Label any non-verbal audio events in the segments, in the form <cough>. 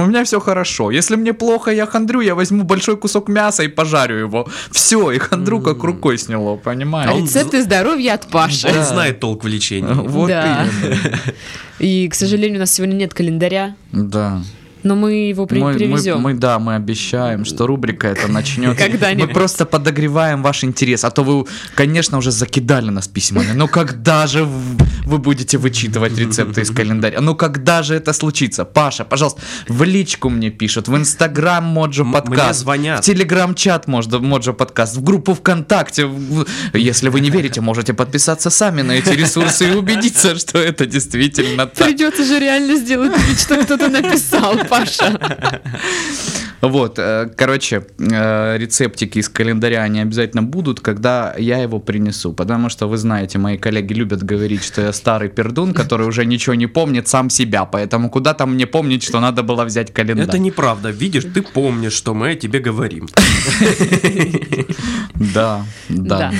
У меня все хорошо. Если мне плохо, я хандрю, я возьму большой кусок мяса и пожарю его. Все, и хандру как рукой сняло, А понимаешь? он- Рецепты здоровья от Паши. Он знает толк в лечении. <laughs> Вот Да. именно. И, к сожалению, у нас сегодня нет календаря, Да. но мы его при- Мы- мы- привезем. мы, да, мы обещаем, что рубрика это начнется. Когда-нибудь. Мы просто подогреваем ваш интерес, а то вы, конечно, уже закидали нас письмами. Но когда же в- вы будете вычитывать рецепты из календаря? Ну когда же это случится? Паша, пожалуйста, в личку мне пишут, в Инстаграм Моджо М- мне подкаст, в звонят. Телеграм-чат можно Моджо подкаст, в группу ВКонтакте. В- Если вы не верите, можете подписаться сами на эти ресурсы и убедиться, что это действительно так. Придется же реально сделать вид, что кто-то <laughs> написал, Паша. Вот, э, короче, э, рецептики из календаря, они обязательно будут, когда я его принесу, потому что, вы знаете, мои коллеги любят говорить, что я старый пердун, который уже ничего не помнит сам себя, поэтому куда там мне помнить, что надо было взять календарь? Это неправда. Видишь, ты помнишь, что мы о тебе <laughs> говорим. Да, да.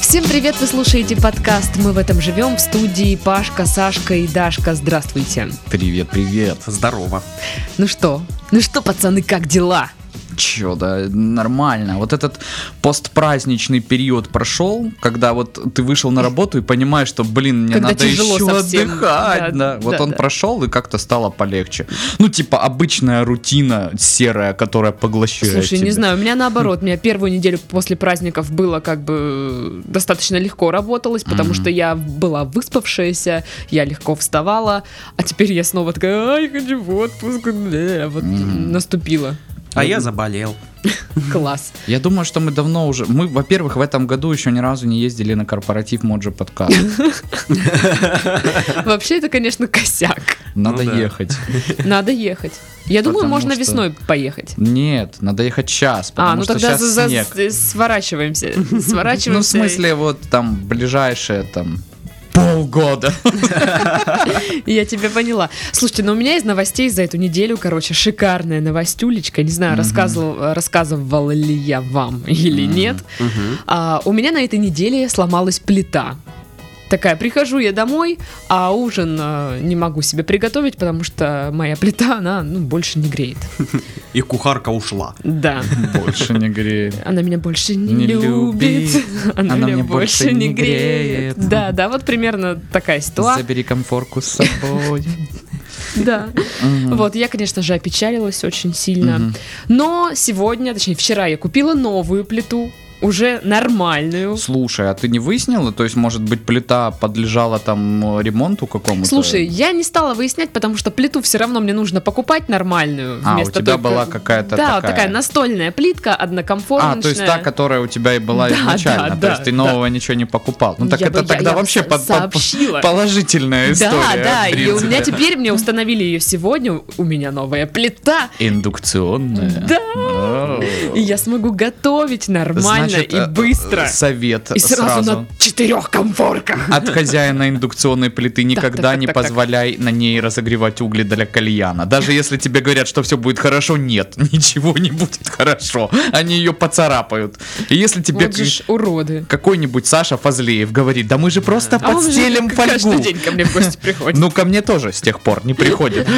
Всем привет, вы слушаете подкаст «Мы в этом живем» в студии Пашка, Сашка и Дашка. Здравствуйте. Привет, привет. Здорово. Ну что? Ну что, пацаны, как дела? Чё, да, нормально. Вот этот постпраздничный период прошел, когда вот ты вышел на работу и понимаешь, что, блин, мне Когда надо тяжело еще совсем. отдыхать. Да, да. Вот да, он да. прошел и как-то стало полегче. Ну, типа, обычная рутина серая, которая поглощает Слушай, не тебя. знаю, у меня наоборот, у меня первую неделю после праздников было как бы э, достаточно легко работалось, потому Мгм. что я была выспавшаяся, я легко вставала, а теперь я снова такая, ай, хочу в отпуск, бля, вот Мгм. наступила. А я заболел. Класс. Я думаю, что мы давно уже... Мы, во-первых, в этом году еще ни разу не ездили на корпоратив Моджо <laughs> подкаст. Вообще это, конечно, косяк. Надо Ну да. ехать. Надо ехать. Я думаю, Потому можно что- весной поехать. Нет, надо ехать сейчас, А, потому ну что тогда сейчас за- за- снег. с- сворачиваемся. Сворачиваемся. Ну, в смысле, вот там ближайшие там полгода. Я тебя поняла. Слушайте, но у меня из новостей за эту неделю, короче, шикарная новостюлечка. Не знаю, Мгм. рассказывал- рассказывала ли я вам или Мгм. нет. Мгм. А, у меня на этой неделе сломалась плита. Такая, прихожу я домой, а ужин а, не могу себе приготовить, потому что моя плита, она ну, больше не греет. И кухарка ушла. Да. Больше не греет. Она меня больше не, Не любит. любит. <laughs> Она, меня больше не греет. Да, да, вот примерно такая ситуация. Забери комфорку с собой. Да. Мгм. Вот, я, конечно же, опечалилась очень сильно. Мгм. Но сегодня, точнее, вчера я купила новую плиту, уже нормальную. Слушай, а ты не выяснила? То есть, может быть, плита подлежала там э, ремонту какому-то? Слушай, я не стала выяснять, потому что плиту все равно мне нужно покупать нормальную. А, у вместо тебя той, была как- какая-то Да, такая. настольная плитка, однокомфортная. а, то есть та, которая у тебя и была Да, изначально. да, то да, есть ты да. нового ничего не покупал. Ну так Я это бы- я- тогда я бы вообще со- под- под- сообщила. положительная история. да, да, в и у меня принципе. теперь, мне установили ее сегодня, у меня новая плита, Индукционная. Да. О. и я смогу готовить нормально Значит, и э, быстро. э, Совет И сразу, на четырех комфорках. От хозяина индукционной плиты никогда так, не так, так. позволяй на ней разогревать угли для кальяна. Даже если тебе говорят, что все будет хорошо, нет, <laughs> ничего не будет хорошо. Они ее поцарапают. И если тебе Вот же ж уроды. какой-нибудь Саша Фазлеев говорит, да мы же просто А он же подстелим к- Каждый фольгу. день ко мне в <laughs> гости приходит. Ну, ко мне тоже с тех пор не <laughs> приходит.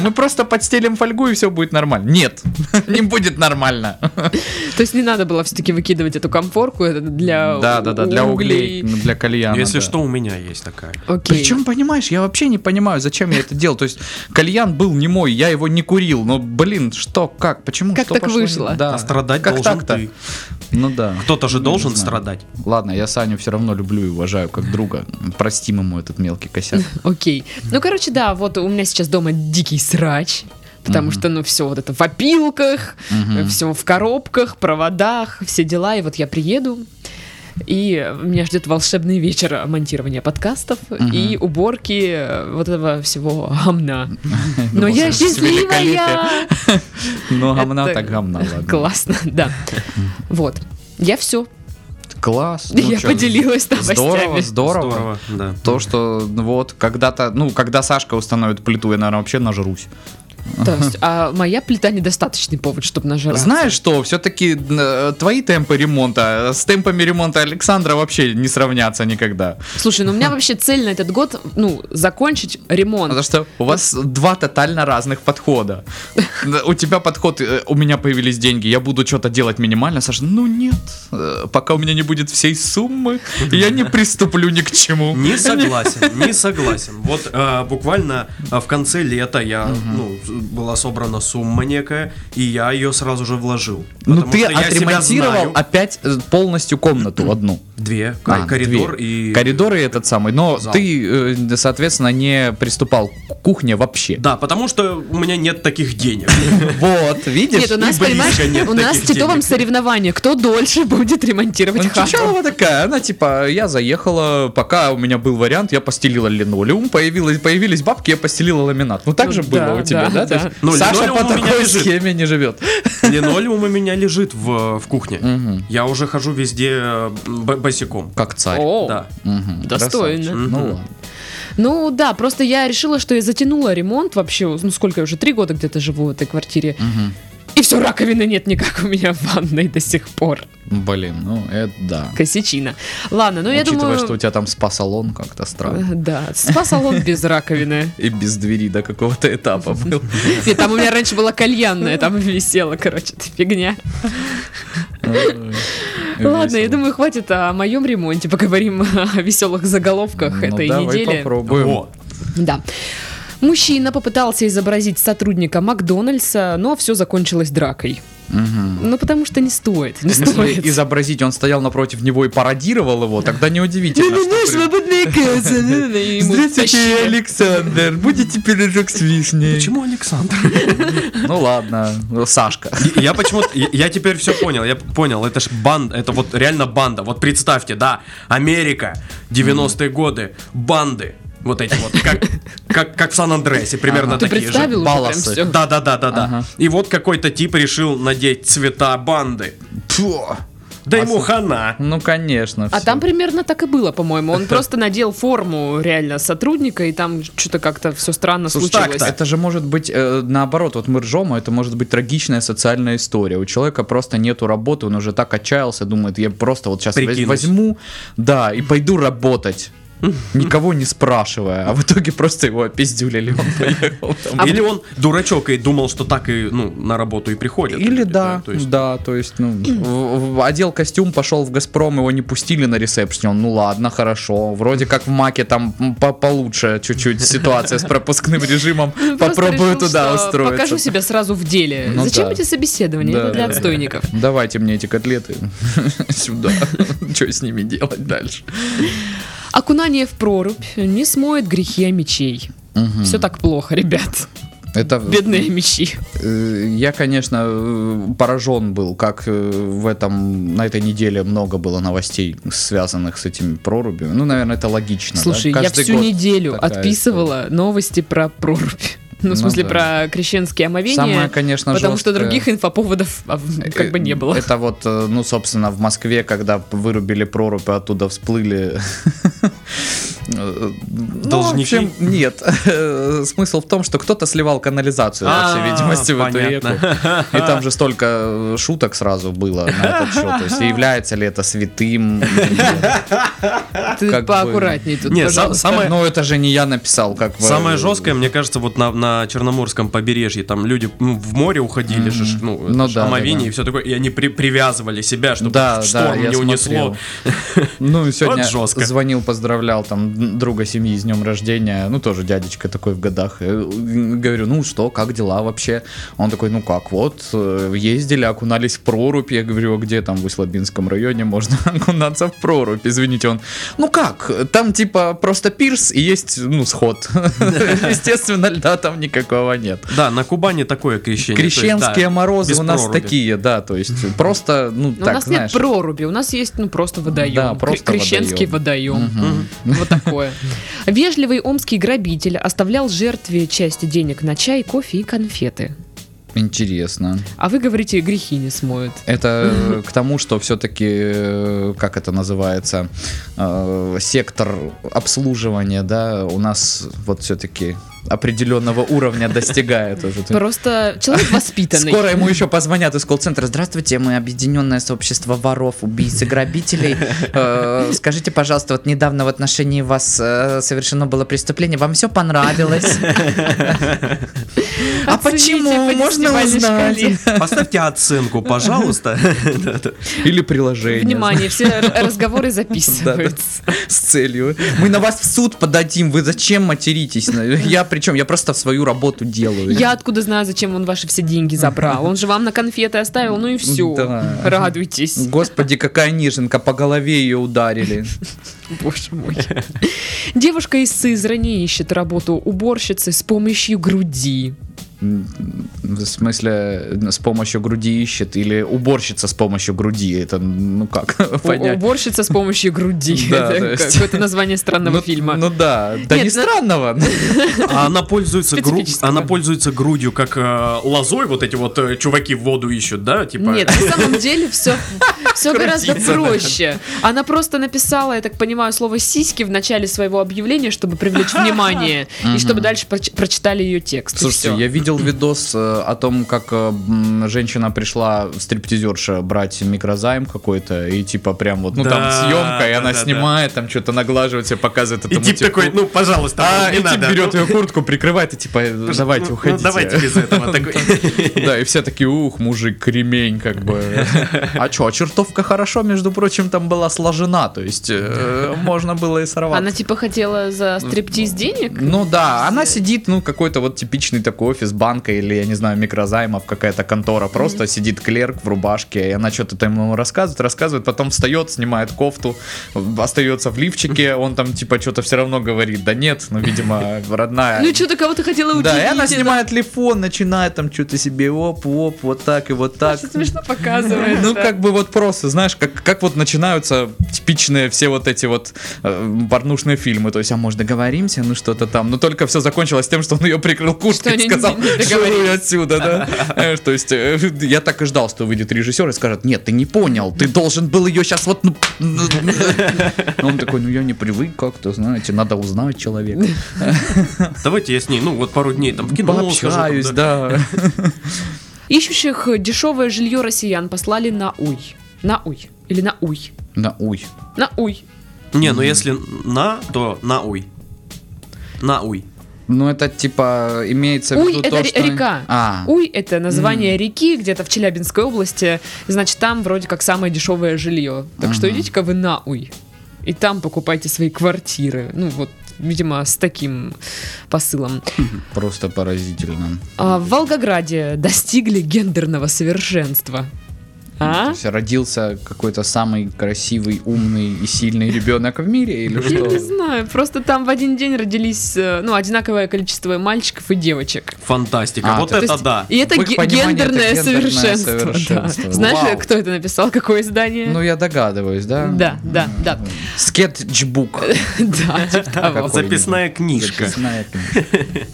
Мы просто подстелим фольгу, и все будет нормально. Нет, <laughs> не будет нормально. То есть не надо было все-таки выкидывать эту комфорку это для Да, да, да, для углей, А углей. для кальяна. Если да. что, у меня есть такая. Окей. Причем, понимаешь, я вообще не понимаю, зачем я это делал. То есть, кальян был не мой, я его не курил. Но, блин, что, как, почему? Как что так пошло не- вышло? Да. А страдать как должен так-то? ты. Ну да. Кто-то же Не должен знаю. страдать. Ладно, я Саню все равно люблю и уважаю как друга. Простим ему этот мелкий косяк. Окей. Ну, короче, да, вот у меня сейчас дома дикий срач. Потому Мгм. что, ну, все вот это в опилках, Мгм. все в коробках, проводах, все дела. И вот я приеду, и меня ждет волшебный вечер монтирования подкастов Мгм. и уборки э, вот этого всего <laughs> гамна. Но я Боже, великолепие. счастливая! Ну, гомна Это так гомна, ладно. Классно, <laughs> да. Вот. Я все. Класс. ну Я чё, поделилась Здорово, новостями. здорово. да. То, что ну, вот когда-то, ну, когда Сашка установит плиту, я, наверное, вообще нажрусь. То есть, а моя плита недостаточный повод, чтобы нажраться. Знаешь что, все-таки твои темпы ремонта э, с темпами ремонта Александра вообще не сравнятся никогда. Слушай, ну у меня вообще цель на этот год, ну, закончить ремонт. Потому что у вас два тотально разных подхода. Да, У тебя подход, э, у меня появились деньги, я буду что-то делать минимально. Саша, ну нет, э, пока у меня не будет всей суммы, я не приступлю ни к чему. <laughs> Не согласен, не согласен. Вот э, буквально э, в конце лета я, ну, с- была собрана сумма некая, и я ее сразу же вложил. Ну Потому ты что я себя отремонтировал знаю. опять э, полностью комнату одну. Две, А, кор- коридор две. и... Коридор и этот самый. Но Зал. ты, э, соответственно, не приступал к кухне вообще. Да, потому что у меня нет таких денег. <laughs> Вот, видишь? Нет, у нас, и блин. понимаешь, нет у нас с таких Титовым денег. соревнование, кто дольше будет ремонтировать Ну, хату. Чичалова такая, она типа, я заехала, пока у меня был вариант, я постелила линолеум, появилась, появились бабки, я постелила ламинат. Ну так Ну же да, было у тебя, да? да, То есть да. Ну, Саша по линолеум у меня такой лежит. схеме не живет. Линолеум у меня лежит в, в кухне. Мгм. Я уже хожу везде э, б- босиком. Как царь. О, Да. Мгм, достойно. красавчик. Ну Мгм. ладно. Ну да, просто я решила, что я затянула ремонт вообще, ну сколько я уже, три года где-то живу в этой квартире. Мгм. И все, раковины нет никак у меня в ванной до сих пор. Блин, ну это да. Косячина. Ладно, ну я Учитывая, думаю... что у тебя там спа-салон как-то э, странно. Да, спа-салон без раковины. И без двери до какого-то этапа был. <laughs> Нет, там у меня раньше была кальянная, там висела, короче, эта фигня. Ладно, я Весело. думаю, хватит о моем ремонте. Поговорим <laughs> о веселых заголовках Ну, этой давай недели. попробуем. О, Да. Мужчина попытался изобразить сотрудника Макдональдса, но все закончилось дракой. Мгм. Ну, потому что не стоит. Не Если <laughs> стоит. изобразить, он стоял напротив него и пародировал его, тогда неудивительно. что Ну-ну-ну, при- свободная касса. ну-ну-ну, и ему тащили. Александр. Будете пирожок с вишней? почему Александр? Ну ладно, ну, Сашка. Я почему-то, я, я теперь все понял, я понял, это ж банда, это вот реально банда. Вот представьте, да, Америка, 90-е годы, банды, вот эти вот, как, как, как в Сан-Андреасе, Ага. примерно А Ты такие же. представил уже прям балласы. все? Да, да, да, да, да. Ага. И вот какой-то тип решил надеть цвета банды. Тьфу. Да ему Классно. хана. Ну конечно. А всё. там примерно так и было, <laughs> по-моему. Он просто надел форму реально сотрудника, и там что-то как-то все странно Слушай, случилось. так-то, это же может быть э, наоборот, вот мы ржем, а это может быть трагичная социальная история. У человека просто нету работы, он уже так отчаялся, думает, я просто вот сейчас Прикинусь. возьму, да, и пойду работать. Никого не спрашивая, а в итоге просто его опиздюлили, он поехал там. Или он дурачок и думал, что так и ну на работу и приходит. Или да, то есть- да, то есть, ну, в- в- одел костюм, пошел в Газпром, его не пустили на ресепшн, он, ну ладно, хорошо, вроде как в Маке там м, по- получше чуть-чуть ситуация с пропускным режимом, Ну, просто попробую решил, туда что устроиться. Покажу себя сразу в деле. Ну Зачем да. эти собеседования? Да, Это для да, да. отстойников. Давайте мне эти котлеты <laughs> сюда, <laughs> что с ними делать дальше? Окунание в прорубь не смоет грехи о мечей. Мгм. Все так плохо, ребят. Это Бедные мечи. Э, Я, конечно, э, поражен был, как э, в этом на этой неделе много было новостей, связанных с этими прорубями. Ну, наверное, это логично. да? Слушай, я Каждый всю год неделю такая отписывала новости про прорубь. Ну, Ну в смысле, да. про история. крещенские омовения. Самое, конечно, потому что жесткое- других инфоповодов а, в- как бы не было. Это вот, э, ну, собственно, в Москве, когда вырубили прорубь, и оттуда всплыли... <laughs> э, ну, Должники? в общем, нет. Э, Смысл в том, что кто-то сливал канализацию, по всей А, видимости, в эту реку. понятно. И там же столько э, шуток сразу было на этот счет. То есть, является ли это святым? Ты как бы- поаккуратней тут, Не, са- пожалуйста. самое Но Ну, это же не я написал, как бы. Самое жесткое, мне кажется, вот на, на Черноморском побережье, там люди ну, в море уходили, же, ж, ну, Ну это ж да, да, омовение да. и все такое, и они при- привязывали себя, чтобы Да, да, шторм я не унесло. смотрел. <laughs> Ну, и сегодня Вот жестко. звонил, поздравлял там друга семьи с днем рождения. Ну, тоже дядечка такой в годах. Э, Говорю, ну что, как дела вообще? Он такой, ну как, вот, э, ездили, окунались в прорубь. Я говорю, а где там в Услабинском районе можно <laughs> окунаться в прорубь? Извините, он, ну как, там типа просто пирс и есть, ну, сход. <laughs> Естественно, льда там никакого нет. Да, на Кубани такое крещение. то есть, да, Крещенские морозы без у нас проруби. такие, да, то <laughs> есть просто, ну, Ну, у так, нас знаешь. нет проруби, у нас есть ну просто водоем. Да, просто Кре- Крещенский водоем. Мгм. Вот такое. Вежливый омский грабитель оставлял жертве часть денег на чай, кофе и конфеты. Интересно. А вы говорите, грехи не смоют. Это э, к тому, что все-таки, э, как это называется, э, сектор обслуживания, да, у нас вот все-таки определенного уровня достигает уже. Ты- Просто человек воспитанный. Скоро ему еще позвонят из колл-центра. Здравствуйте, мы объединенное сообщество воров, убийц и грабителей. Э, Скажите, пожалуйста, вот недавно в отношении вас э, совершено было преступление. Вам все понравилось? А Оцените почему? по Можно десятибалльной узнать? шкале. Поставьте оценку, <laughs> пожалуйста. Да-да. Или приложение. Внимание, все р- Да, разговоры да, записываются. с целью. Мы на вас в суд подадим. Вы зачем материтесь? Я причем, я просто свою работу делаю. Я откуда знаю, зачем он ваши все деньги забрал? Он же вам на конфеты оставил, ну и все. Да. Радуйтесь. Господи, какая ниженка, по голове ее ударили. Боже мой. Девушка из Сызрани ищет работу уборщицы с помощью груди. М, В смысле, с помощью груди ищет или уборщица с помощью груди? Это, ну как, У- понять. Уборщица с помощью груди. <laughs> Да, Это то есть. Какое-то название странного ну, фильма. Ну да, да Нет, не ну- странного. А она пользуется, гру- Специфического. она пользуется грудью, как э, лозой, вот эти вот э, чуваки в воду ищут, да? Типа... Нет, на самом деле все, все гораздо Крутится, да. проще. Она просто написала, я так понимаю, слово сиськи в начале своего объявления, <laughs> чтобы привлечь внимание. И чтобы дальше проч- прочитали ее текст. И Слушайте, всё. я видел видос э, о том, как э, м, женщина пришла стриптизерша брать микрозайм какой-то, и типа прям вот, ну там Да, съемка, и да, она да, да. снимает, там что-то наглаживает себе, показывает И этому тип типу. такой, ну, пожалуйста, а, не и тип надо. берет Ну, ее куртку, прикрывает и типа, ну, давайте, ну, уходите. Давайте <laughs> без этого. Такой, Да, и все такие, ух, мужик, ремень, как бы. А чё, чертовка хорошо, между прочим, там была сложена, то есть э, можно было и Она сорваться. типа хотела за стриптиз денег? Ну да, она сидит, ну, какой-то вот типичный такой офис банка или, я не знаю, микрозаймов, какая-то контора. Просто сидит клерк в рубашке, и она что-то там ему рассказывает, рассказывает, потом встает, снимает кофту, остается в лифчике, он там типа что-то все равно говорит. Да нет, ну, видимо, родная. Ну что-то кого-то хотела удивить. Да, и она снимает телефон, начинает там что-то себе оп-оп, вот так и вот так. Очень смешно показывает. Ну, да. как бы вот просто, знаешь, как, как вот начинаются типичные все вот эти вот э, порнушные фильмы. То есть, а может договоримся, ну что-то там. Но только все закончилось тем, что он ее прикрыл курткой они и не- сказал, не договорились. «Шуруй отсюда, <laughs> да. Знаешь, То есть, э, я так и ждал, что выйдет режиссер и скажет, нет, ты не понял, ты должен был ее сейчас вот... ну, <laughs> ну, ну». А Он такой, ну я не привык как-то, знаете, надо узнать человека. <laughs> Давайте я с ней, ну, вот пару дней там в кино схожу, там, Пообщаюсь, да. да. Ищущих дешевое жилье россиян послали на уй. На уй. Или на уй. На уй. На уй. Не, ну если на, то на уй. На уй. Ну, это типа имеется в Уй виду это то, ре- что- река. А, Уй это название реки где-то в Челябинской области. Значит, там вроде как самое дешевое жилье. Так что Ага. идите-ка вы на Уй. И там покупайте свои квартиры. Ну вот, видимо, с таким посылом. просто поразительно. А в Волгограде достигли гендерного совершенства. То А? есть родился какой-то самый красивый, умный и сильный ребенок в мире Ну, или Я не что? знаю, просто там в один день родились, э, ну, одинаковое количество мальчиков и девочек. Фантастика. А, вот то это То есть- да. И это В их ге- понимании это гендерное, гендерное совершенство. да. совершенство. Знаешь, Вау. кто это написал? Какое издание? Ну, я догадываюсь, да? Да, да, да. Скетчбук. Да, типа того. Какой-нибудь. А, Записная книжка. Записная книжка.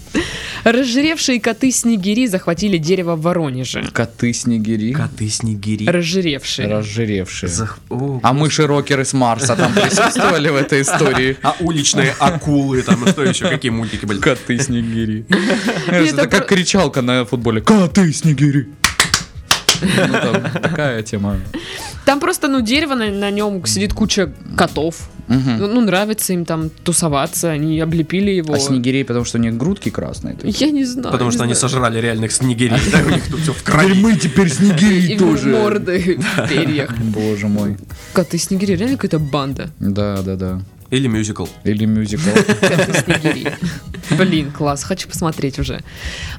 Разжиревшие коты снегири захватили дерево в Воронеже. Коты снегири, Коты снегири. Разжиревшие. разжиревшие. Зах- О, А мыши-рокеры с Марса там присутствовали в этой истории. А уличные акулы, там ну, что еще, какие мультики были? Коты <laughs> снегири. Это Это как про- кричалка на футболе. Коты снегири. Ну, там такая <laughs> тема. Там просто, ну, дерево, на, нем сидит куча котов. Мгм. Ну, ну, нравится им там тусоваться, они облепили его. А снегирей, потому что у них грудки красные. такие. Я не знаю. Потому не что они знаю. сожрали реальных снегирей, да, у них тут все в Теперь крови. теперь снегири <laughs> И морды в перьях. Боже мой. Коты снегири, реально какая-то банда. Да, да, да. Или мюзикл. Или <laughs> мюзикл. Коты снегири. Блин, класс, хочу посмотреть уже.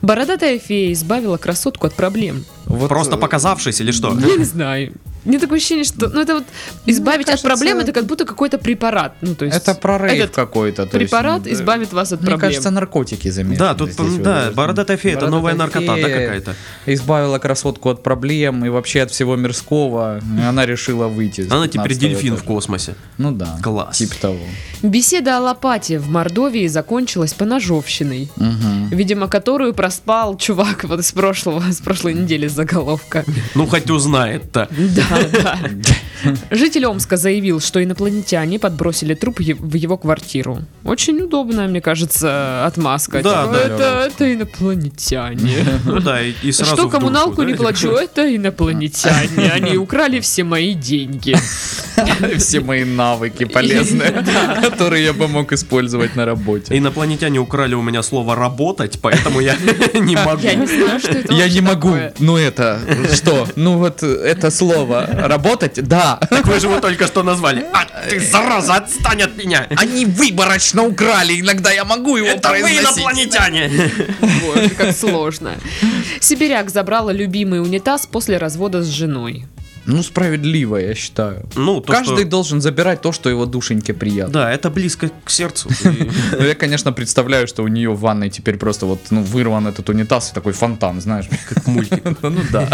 Бородатая фея избавила красотку от проблем. Вот, Просто э, показавшись или что? Я не знаю. Мне такое ощущение, что... Ну, это вот избавить кажется, от проблем, это как будто какой-то препарат. Ну, то есть... Это прорыв этот какой-то. то есть, Препарат да. избавит вас от Мне проблем. кажется, наркотики заметны. Да, тут, здесь вот. да, бородатая фея, это новая Бородатая наркота, да, фея какая-то. Избавила красотку от проблем и вообще от всего мирского. И Она решила выйти. с Она теперь 15-го дельфин в этажа. космосе. Ну да. Класс. Типа того. Беседа о лопате в Мордовии закончилась поножовщиной, <laughs> Мгм. видимо, которую <laughs> проспал чувак вот из прошлого, с прошлой недели заголовка. Ну, хоть узнает-то. Да. Да. <laughs> Житель Омска заявил, что инопланетяне подбросили труп е- в его квартиру. Очень удобная, мне кажется, отмазка. Да, Типа, да. это, это инопланетяне. Ну да, и, и <laughs> сразу Что в дурку, коммуналку да? не плачу, это инопланетяне. <laughs> Они украли все мои деньги. Все мои навыки <laughs> полезные, <laughs> которые я бы мог использовать на работе. Инопланетяне украли у меня слово «работать», поэтому я <laughs> не могу. Я не знаю, что это Я вообще не могу. такое. Ну это что? Ну вот э, это слово. Работать? Да. Так вы же его только что назвали. А Э, ты, зараза, отстань от <laughs> меня! Они выборочно украли. Иногда я могу его Это вы <laughs> инопланетяне! Боже, как сложно. Сибиряк забрала любимый унитаз после развода с женой. Ну справедливо, я считаю. Ну, то, Каждый что- должен забирать то, что его душеньке приятно. Да, это близко <laughs> к сердцу. И- а Ну, я, конечно, представляю, что у нее в ванной теперь просто вот ну, вырван этот унитаз и такой фонтан, знаешь, как мультик. <laughs> Ну да.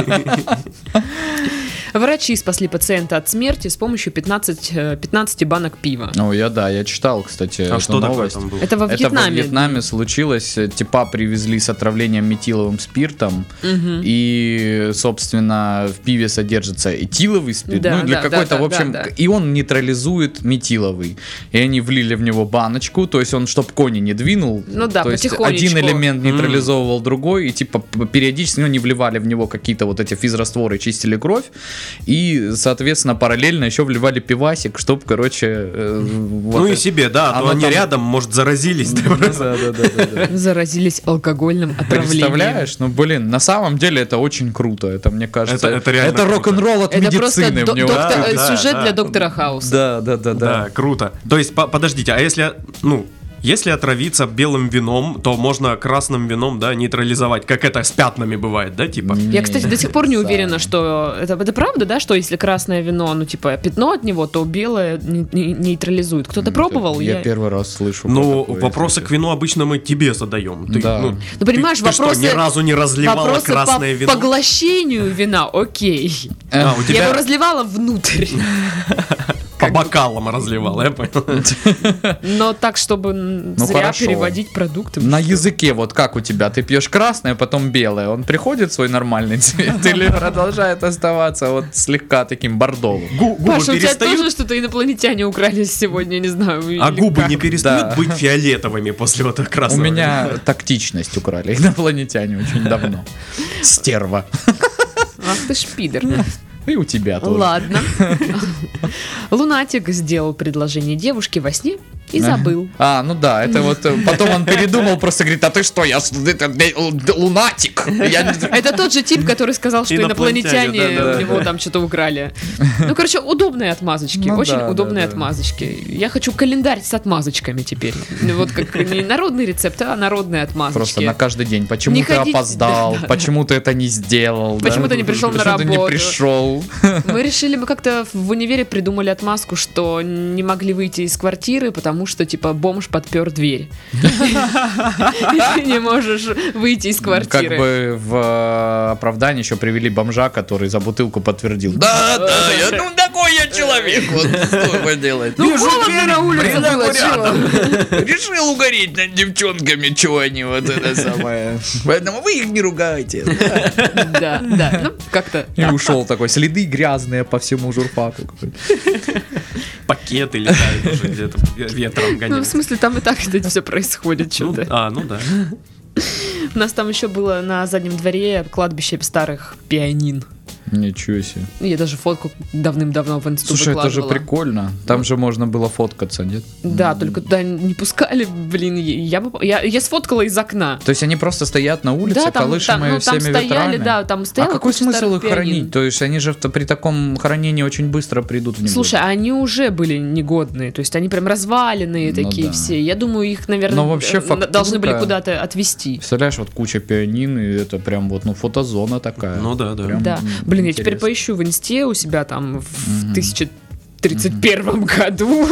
Врачи спасли пациента от смерти с помью 15, э, 15 банок пива. Ну, я да, я читал, кстати, А эту что такое новость. там было? Это во Это во Вьетнаме. Вьетнаме случилось. э, Типа привезли с отравлением метиловым спиртом. Мгм. И, собственно, в пиве содержится этиловый спирт. Да, ну, для да, какой-то, да, в да, общем, да, да. и он нейтрализует метиловый. И они влили в него баночку, то есть он, чтоб кони не двинул. Ну да, то есть потихонечку. один элемент М. нейтрализовывал другой, и типа п- периодически ну, они вливали в него какие-то вот эти физрастворы, чистили кровь. И, соответственно, параллельно еще вливали пивасик, чтоб, короче, э, вот Ну и это- себе, да, а то Оно они там- рядом, может, заразились. Ну да, да, да, да, да. Заразились алкогольным отравлением. Представляешь? Ну, блин, на самом деле это очень круто. Это, мне кажется, Это- это реально это круто. рок-н-ролл от Это просто медицины. до- в нем. доктор- Да, э, да, сюжет да. для доктора Хауса. Да, да, да, да. Да, круто. То есть, по- подождите, а если, ну, если отравиться белым вином, то можно красным вином, да, нейтрализовать, как это с пятнами бывает, да, типа? Я, кстати, до сих пор не уверена, Да. что это, это правда, да, что если красное вино, ну, типа, пятно от него, то белое не- не- нейтрализует. Кто-то пробовал? Я первый раз слышу. Ну, про такое, вопросы к кстати. вину обычно мы тебе задаем. Ты, Да. ну, Ну, ты- понимаешь, ты что, вопросы- ни разу не разливала Вопросы красное по вино. поглощению вина, окей. А, у Я тебя его разливала <laughs> внутрь. по бокалам разливала, я понял. Но так, чтобы м, Ну, зря хорошо. переводить продукты. На языке вот как у тебя? Ты пьешь красное, потом белое. Он приходит в свой нормальный <laughs> цвет или продолжает оставаться вот слегка таким бордовым? Гу- Губы Паша, у тебя перестают- тоже что-то инопланетяне украли сегодня, не знаю. А или губы как? не перестают Да. быть фиолетовыми после вот этого У красного вина? меня тактичность украли <laughs> инопланетяне очень <laughs> давно. Стерва. Ах ты ж пидор. <laughs> И у тебя тоже. <laughs> Ладно. Лунатик сделал предложение девушке во сне и забыл. А, ну да, это вот э, потом он <laughs> передумал, просто говорит, а ты что, я с- ты- ты- ты л- д- лунатик. Я не- Это тот же тип, который сказал, что Инопланетяне, инопланетяне да-да-да. у него там что-то <laughs> украли. Ну, короче, удобные отмазочки. Ну Очень да, удобные да, да. отмазочки. Я хочу календарь с отмазочками теперь. Ну, Вот <laughs> как не народный рецепт, а народные Просто отмазочки. на каждый день. Почему Не ты ходить- опоздал? Почему ты это не сделал? да? Почему ты не пришел на Почему ты не работу? пришел? Мы решили, мы как-то в универе придумали отмазку, что не могли выйти из квартиры, потому что, типа, бомж <laughs> подпер дверь. <laughs> И ты не можешь выйти из Как квартиры. бы в э, оправдание еще привели бомжа, который за бутылку подтвердил. Да, да, я, ну такой я человек. <laughs> Вот что поделать. Ну, холодно на улице было, чего? Решил угореть над девчонками, чего они вот это самое. Поэтому вы их не ругайте. <laughs> <laughs> Да, да, ну, как-то. И ушел такой, следы грязные по всему журфаку. Пакеты летают уже где-то э, ветром Ну, в гоняют. смысле, там и так это все происходит Ну, что-то. а, ну да. У нас там еще было на заднем дворе кладбище старых пианин. Ну, Ничего себе. Я даже фотку давным-давно в институт Слушай, это же выкладывала. прикольно. Там же можно было фоткаться, нет? Да, только туда не пускали, блин, я, бы- я, я сфоткала из окна. То есть они просто стоят на улице, да, там, там, колышемые ну, там всеми стояли, ветрами? да, там а стояли. какой смысл их хранить? То есть они же в- при таком хранении очень быстро придут в него. Слушай, а они уже были негодные, то есть они прям разваленные Ну такие да. все. Я думаю, их, наверное, Но вообще э, фактура- должны были куда-то отвезти. Представляешь, вот куча пианин, и это прям вот, ну, фотозона такая. Ну да, да. Прям Да. м, Блин, я интересно. теперь поищу в инсте у себя там в 1031 <laughs> году,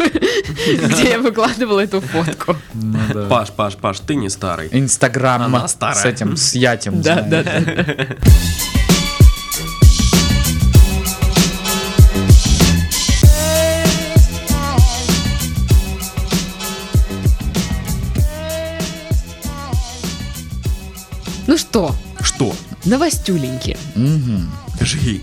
где я выкладывала эту фотку. Ну да. Паш, Паш, Паш, ты не старый. Инстаграм Она старая. с этим, с ятем. Да, знаешь. да, да. Ну что, Что? новостюленьки. Мгм. Жги.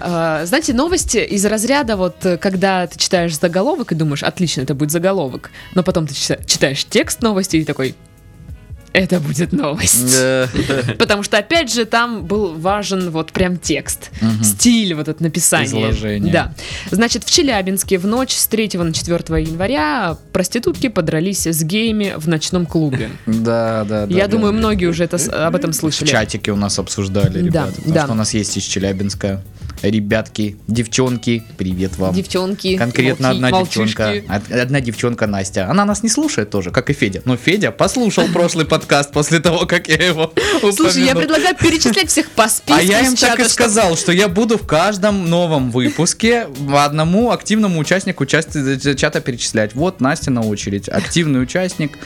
А, Знаете, новости из разряда вот, э, когда ты читаешь заголовок и думаешь, отлично, это будет заголовок, но потом ты чита- читаешь текст новости и такой, это будет новость. Да. Потому что, опять же, там был важен вот прям текст, Мгм. стиль вот это написания. Изложение. Да. Значит, в Челябинске в ночь с 3 на 4 января проститутки подрались с геями в ночном клубе. <laughs> Да, да, <laughs> да. Я да. думаю, многие уже это, с- об этом В слышали. чатике у нас обсуждали, Да, ребята. Потому да. что у нас есть из Челябинска. Ребятки, девчонки, привет вам. Девчонки, Конкретно мальчи- одна мальчишки. девчонка, од- одна девчонка Настя. Она нас не слушает тоже, как и Федя. Но Федя послушал прошлый подкаст после того, как я его Слушай, я упомянул. предлагаю перечислять всех по списку <laughs> А я из им так чата, и чтоб- сказал, что я буду в каждом новом выпуске одному активному участнику части- чата перечислять. Вот Настя на очередь, активный участник,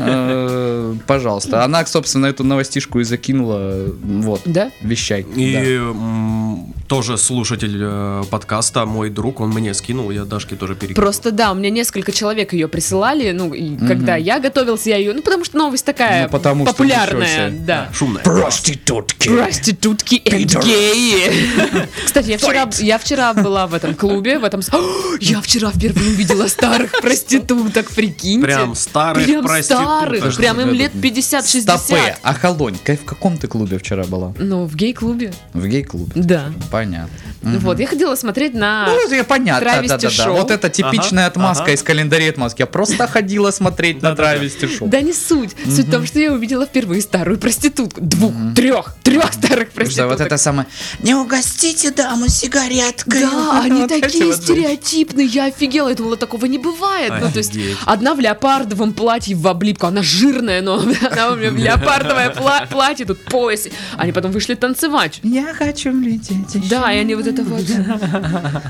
Э, пожалуйста. Она, собственно, эту новостишку и закинула. Вот, Да? вещай. И Да. м, тоже слушатель э, подкаста, мой друг, он мне скинул, я Дашке тоже перекинул. Просто да, у меня несколько человек ее присылали, ну, и когда я готовилась, я ее, ну, потому что новость такая Ну, потому что популярная, ничего себе. да. Шумная. Проститутки. Проститутки <laughs> и геи. Кстати, я вчера, я вчера была в этом клубе, в этом... с- <gasps> О, Я вчера впервые увидела <laughs> старых проституток, прикиньте. Прям старых Прям проституток. старых, прям им лет 50-60. Стопе, охолонь. А Кайф, в каком ты клубе вчера была? Ну, в гей-клубе, В гей-клубе. да. Понятно. Вот, я ходила смотреть на... Ну, это понятно, Травести да, да, да. А, шоу. Вот это типичная Ага, отмазка ага. из календаря отмазки. Я <laughs> просто ходила смотреть на Да-да-да. травести шоу. <laughs> Да не суть. Суть в том, что я увидела впервые старую проститутку. Двух, трех, трех Потому старых что проституток. а вот это самое. Не угостите даму сигареткой. <laughs> Да, они Вот эти такие вот женщины. стереотипные, я офигела, я думала, такого не бывает. Ну, то есть, Офигеть. одна в леопардовом платье в облипку, она жирная, но <laughs> она у меня в леопардовое пла- платье, тут пояс. Они потом вышли танцевать. Я хочу лететь. Да, и они вот это вот.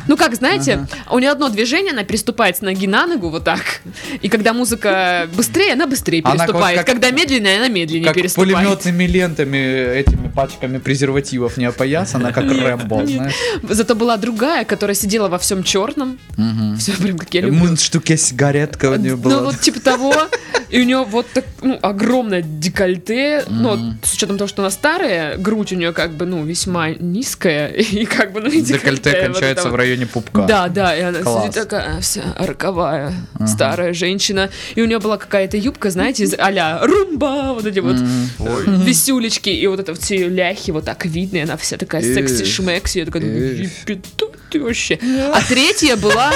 Ну как, знаете, у нее одно движение, она переступает с ноги на ногу вот так. И когда музыка быстрее, она быстрее Она как- переступает. как- Когда медленнее, она медленнее Как переступает. пулеметными лентами, этими пачками презервативов не опоясана, как Рэмбо, знаешь. Зато была другая, которая сидела во всем черном. Мгм. Все прям как я люблю. Мундштуке сигаретка у нее Ну, была. вот типа того. И у нее вот так, ну, огромное декольте. Но с учетом того, что она старая, грудь у нее как бы, ну, весьма низкая. <laughs> И как бы, ну, и Декольте вот кончается это в вот. районе пупка. Да, да, и она Класс. сидит такая «А, вся роковая, старая женщина. И у нее была какая-то юбка, знаете, из а-ля румба, вот эти вот Ой. весюлечки, и вот это вот все её ляхи вот так видно, и она вся такая Эх, секси-шмекси, я такая, думаю, эх. «Епита ты вообще. А третья была,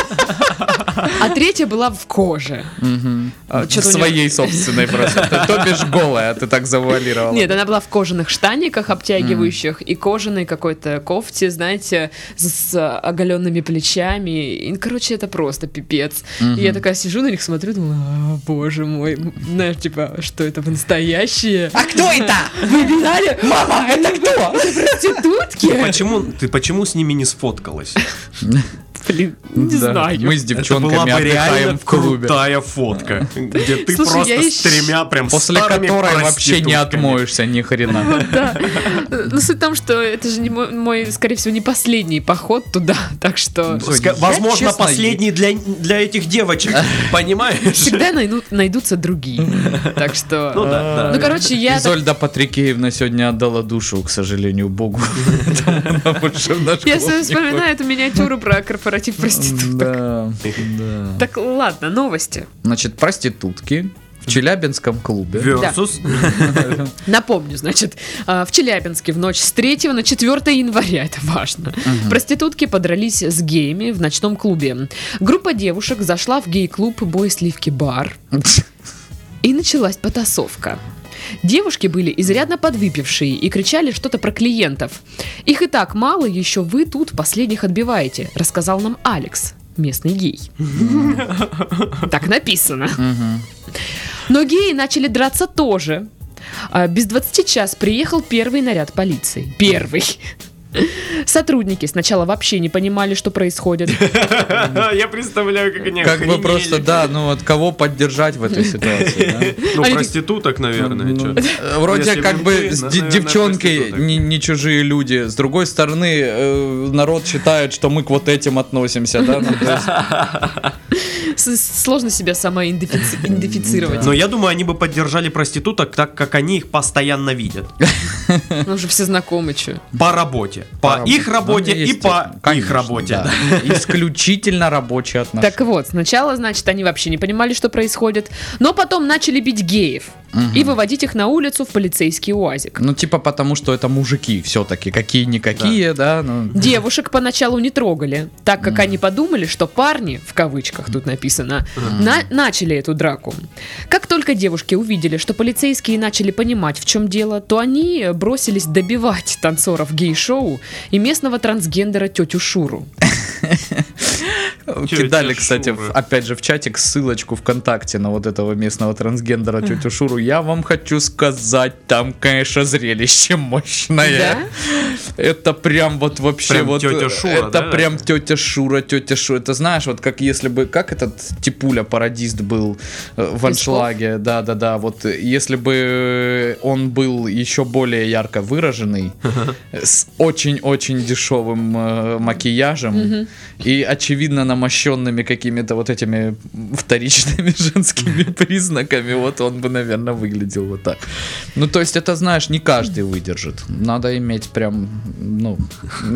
а третья была в коже. Мгм. А, чё-то у Своей собственной просто. Ты- <laughs> То бишь голая, ты так завуалировала. Нет, она была в кожаных штаниках обтягивающих и кожаной какой-то кофте, знаете, с, с оголенными плечами. И, короче, это просто пипец. И я такая сижу на них, смотрю, думаю, «А, боже мой, знаешь, типа, что это вы настоящие? А кто это? <laughs> Вы видали? Мама, это кто? Ну, Проститутки? Типа, Почему, ты почему с ними <laughs> не сфоткалась? Блин, не Да, знаю. Мы с Это девчонками была бы реально отдыхаем в клубе. крутая фотка, где ты Слушай, просто я с тремя прям После старыми которой вообще не проститутками. отмоешься ни хрена. Да. Ну, суть в том, что это же не мой, мой, скорее всего, не последний поход туда, <laughs> так что... Сегодня. Ска- Возможно, честно, последний для, для этих девочек, понимаешь? Всегда найду- найдутся другие. Так что... Ну <laughs> да, Ну, да. короче, я... так- Изольда Патрикеевна сегодня отдала душу, к сожалению, <laughs> богу. Поэтому она больше в наш Я клуб не с- вспоминаю эту миниатюру про корпоратив ходит. проституток. Да, да. Так, ладно, новости. Значит, проститутки в Челябинском клубе. Версус. <laughs> Напомню, значит, а, в Челябинске в ночь с 3 на 4 января, <laughs> это важно, проститутки подрались с геями в ночном клубе. Группа девушек зашла в гей-клуб «Бой сливки бар», И началась потасовка. Девушки были изрядно подвыпившие и кричали что-то про клиентов. «Их и так мало, еще вы тут последних отбиваете», — рассказал нам Алекс, местный гей. Так написано. Но геи начали драться тоже. А, Без 20 час приехал первый наряд полиции. Первый. Сотрудники сначала вообще не понимали, что происходит. Я представляю, как они Как бы охренели. просто, да, ну вот кого поддержать в этой ситуации, да? Ну, Они- проституток, наверное, чё. <laughs> Э, Вроде Ну, Если как бы бы ты, с на- де- наверное, девчонкой проституток. не, не чужие люди. С другой стороны, э, народ считает, что мы к вот этим относимся, да? Ну, то есть, С- Сложно себя самоидентифицировать. Но я думаю, они бы поддержали проституток, так как они их постоянно видят. Ну, уже все знакомы, что. По работе. работе. По их Ну, работе и по их работе. <laughs> да. Исключительно рабочие отношения. Так вот, сначала, значит, они вообще не понимали, что происходит, но потом начали бить геев и выводить их на улицу в полицейский уазик. Ну, типа потому, что это мужики все-таки, какие-никакие, да. ну. <laughs> Девушек поначалу не трогали, так как они подумали, что парни, в кавычках тут написано, на- начали эту драку. Как только девушки увидели, что полицейские начали понимать, в чем дело, то они бросились добивать танцоров гей-шоу и местного трансгендера тетю Шуру. Тетя <laughs> Кидали, кстати, в- Шура. опять же, в чатик ссылочку ВКонтакте на вот этого местного трансгендера тетю Шуру. Я вам хочу сказать, там, конечно, зрелище мощное. Это прям вот вообще Прям вот... тетя Шура, это да? прям тетя Шура, тетя Шура. Это знаешь, вот как если бы... Как этот Типуля пародист был э, в аншлаге? Да-да-да. Вот э, если бы э, он был еще более ярко выраженный, с очень-очень дешевым э, макияжем и, очевидно, намощенными какими-то вот этими вторичными <laughs> женскими признаками, вот он бы, наверное, выглядел вот так. Ну, то есть, это, знаешь, не каждый выдержит. Надо иметь прям, ну...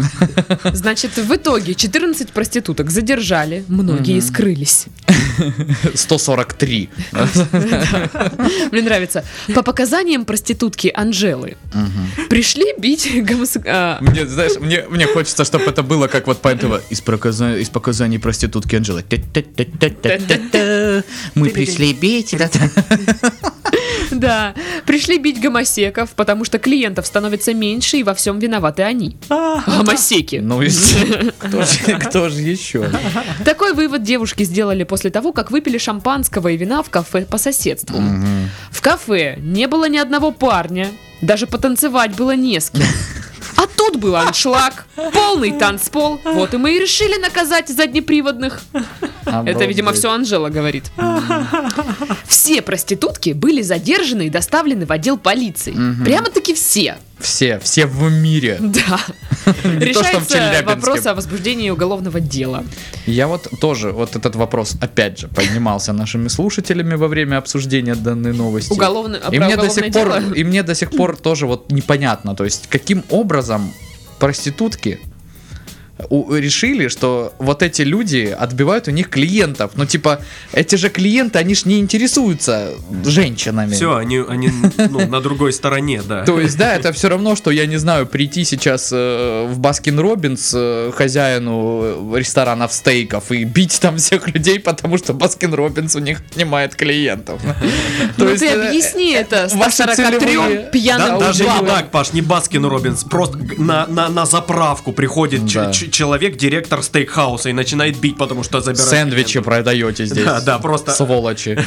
<laughs> Значит, в итоге 14 проституток задержали, многие скрылись. 143. Мне нравится. По показаниям проститутки Анжелы пришли бить гомос- а, Мне, знаешь, мне, мне хочется, чтобы это было как вот по НТВ. Из, проказа- из показаний проститутки Анжелы. Та-та-та-та-та-та. Мы пришли бить. Да, пришли бить гомосеков, потому что клиентов становится меньше, и во всем виноваты они. А Гомосеки. Ну, и- кто же- кто же еще? Такой вывод девушки сделали после того, как выпили шампанского и вина в кафе по соседству. В кафе не было ни одного парня, даже потанцевать было не с кем. А тут был аншлаг, полный танцпол. Вот и мы и решили наказать заднеприводных. Это, видимо, все Анжела <laughs> говорит. Все проститутки были задержаны и доставлены в отдел полиции. <laughs> Прямо-таки все. Все, все в мире. <laughs> Да. то, что в Решается Челябинске. вопрос о возбуждении уголовного дела. Я вот тоже, вот этот вопрос, опять же, поднимался нашими слушателями во время обсуждения данной новости. Уголовное- а и про мне до уголовное сих пор, дело? И мне до сих пор тоже вот непонятно, то есть каким образом проститутки у- решили, что вот эти люди отбивают у них клиентов. Ну, типа, эти же клиенты, они ж не интересуются женщинами. Все, они, они ну, на другой стороне, да. То есть, да, это все равно, что, я не знаю, прийти сейчас э, в Баскин Робинс э, хозяину ресторанов стейков и бить там всех людей, потому что Баскин Робинс у них отнимает клиентов. То Ну есть, ты э, объясни это ваши 143 целевые- пьяным Да, Даже не бабы. бабам. так, Паш, не Баскин Робинс, просто г- на, на, на заправку приходит ч- Да. ч- человек, директор стейкхауса, и начинает бить, потому что забирает... Сэндвичи клиентов. продаете здесь. Да, да, просто- Сволочи.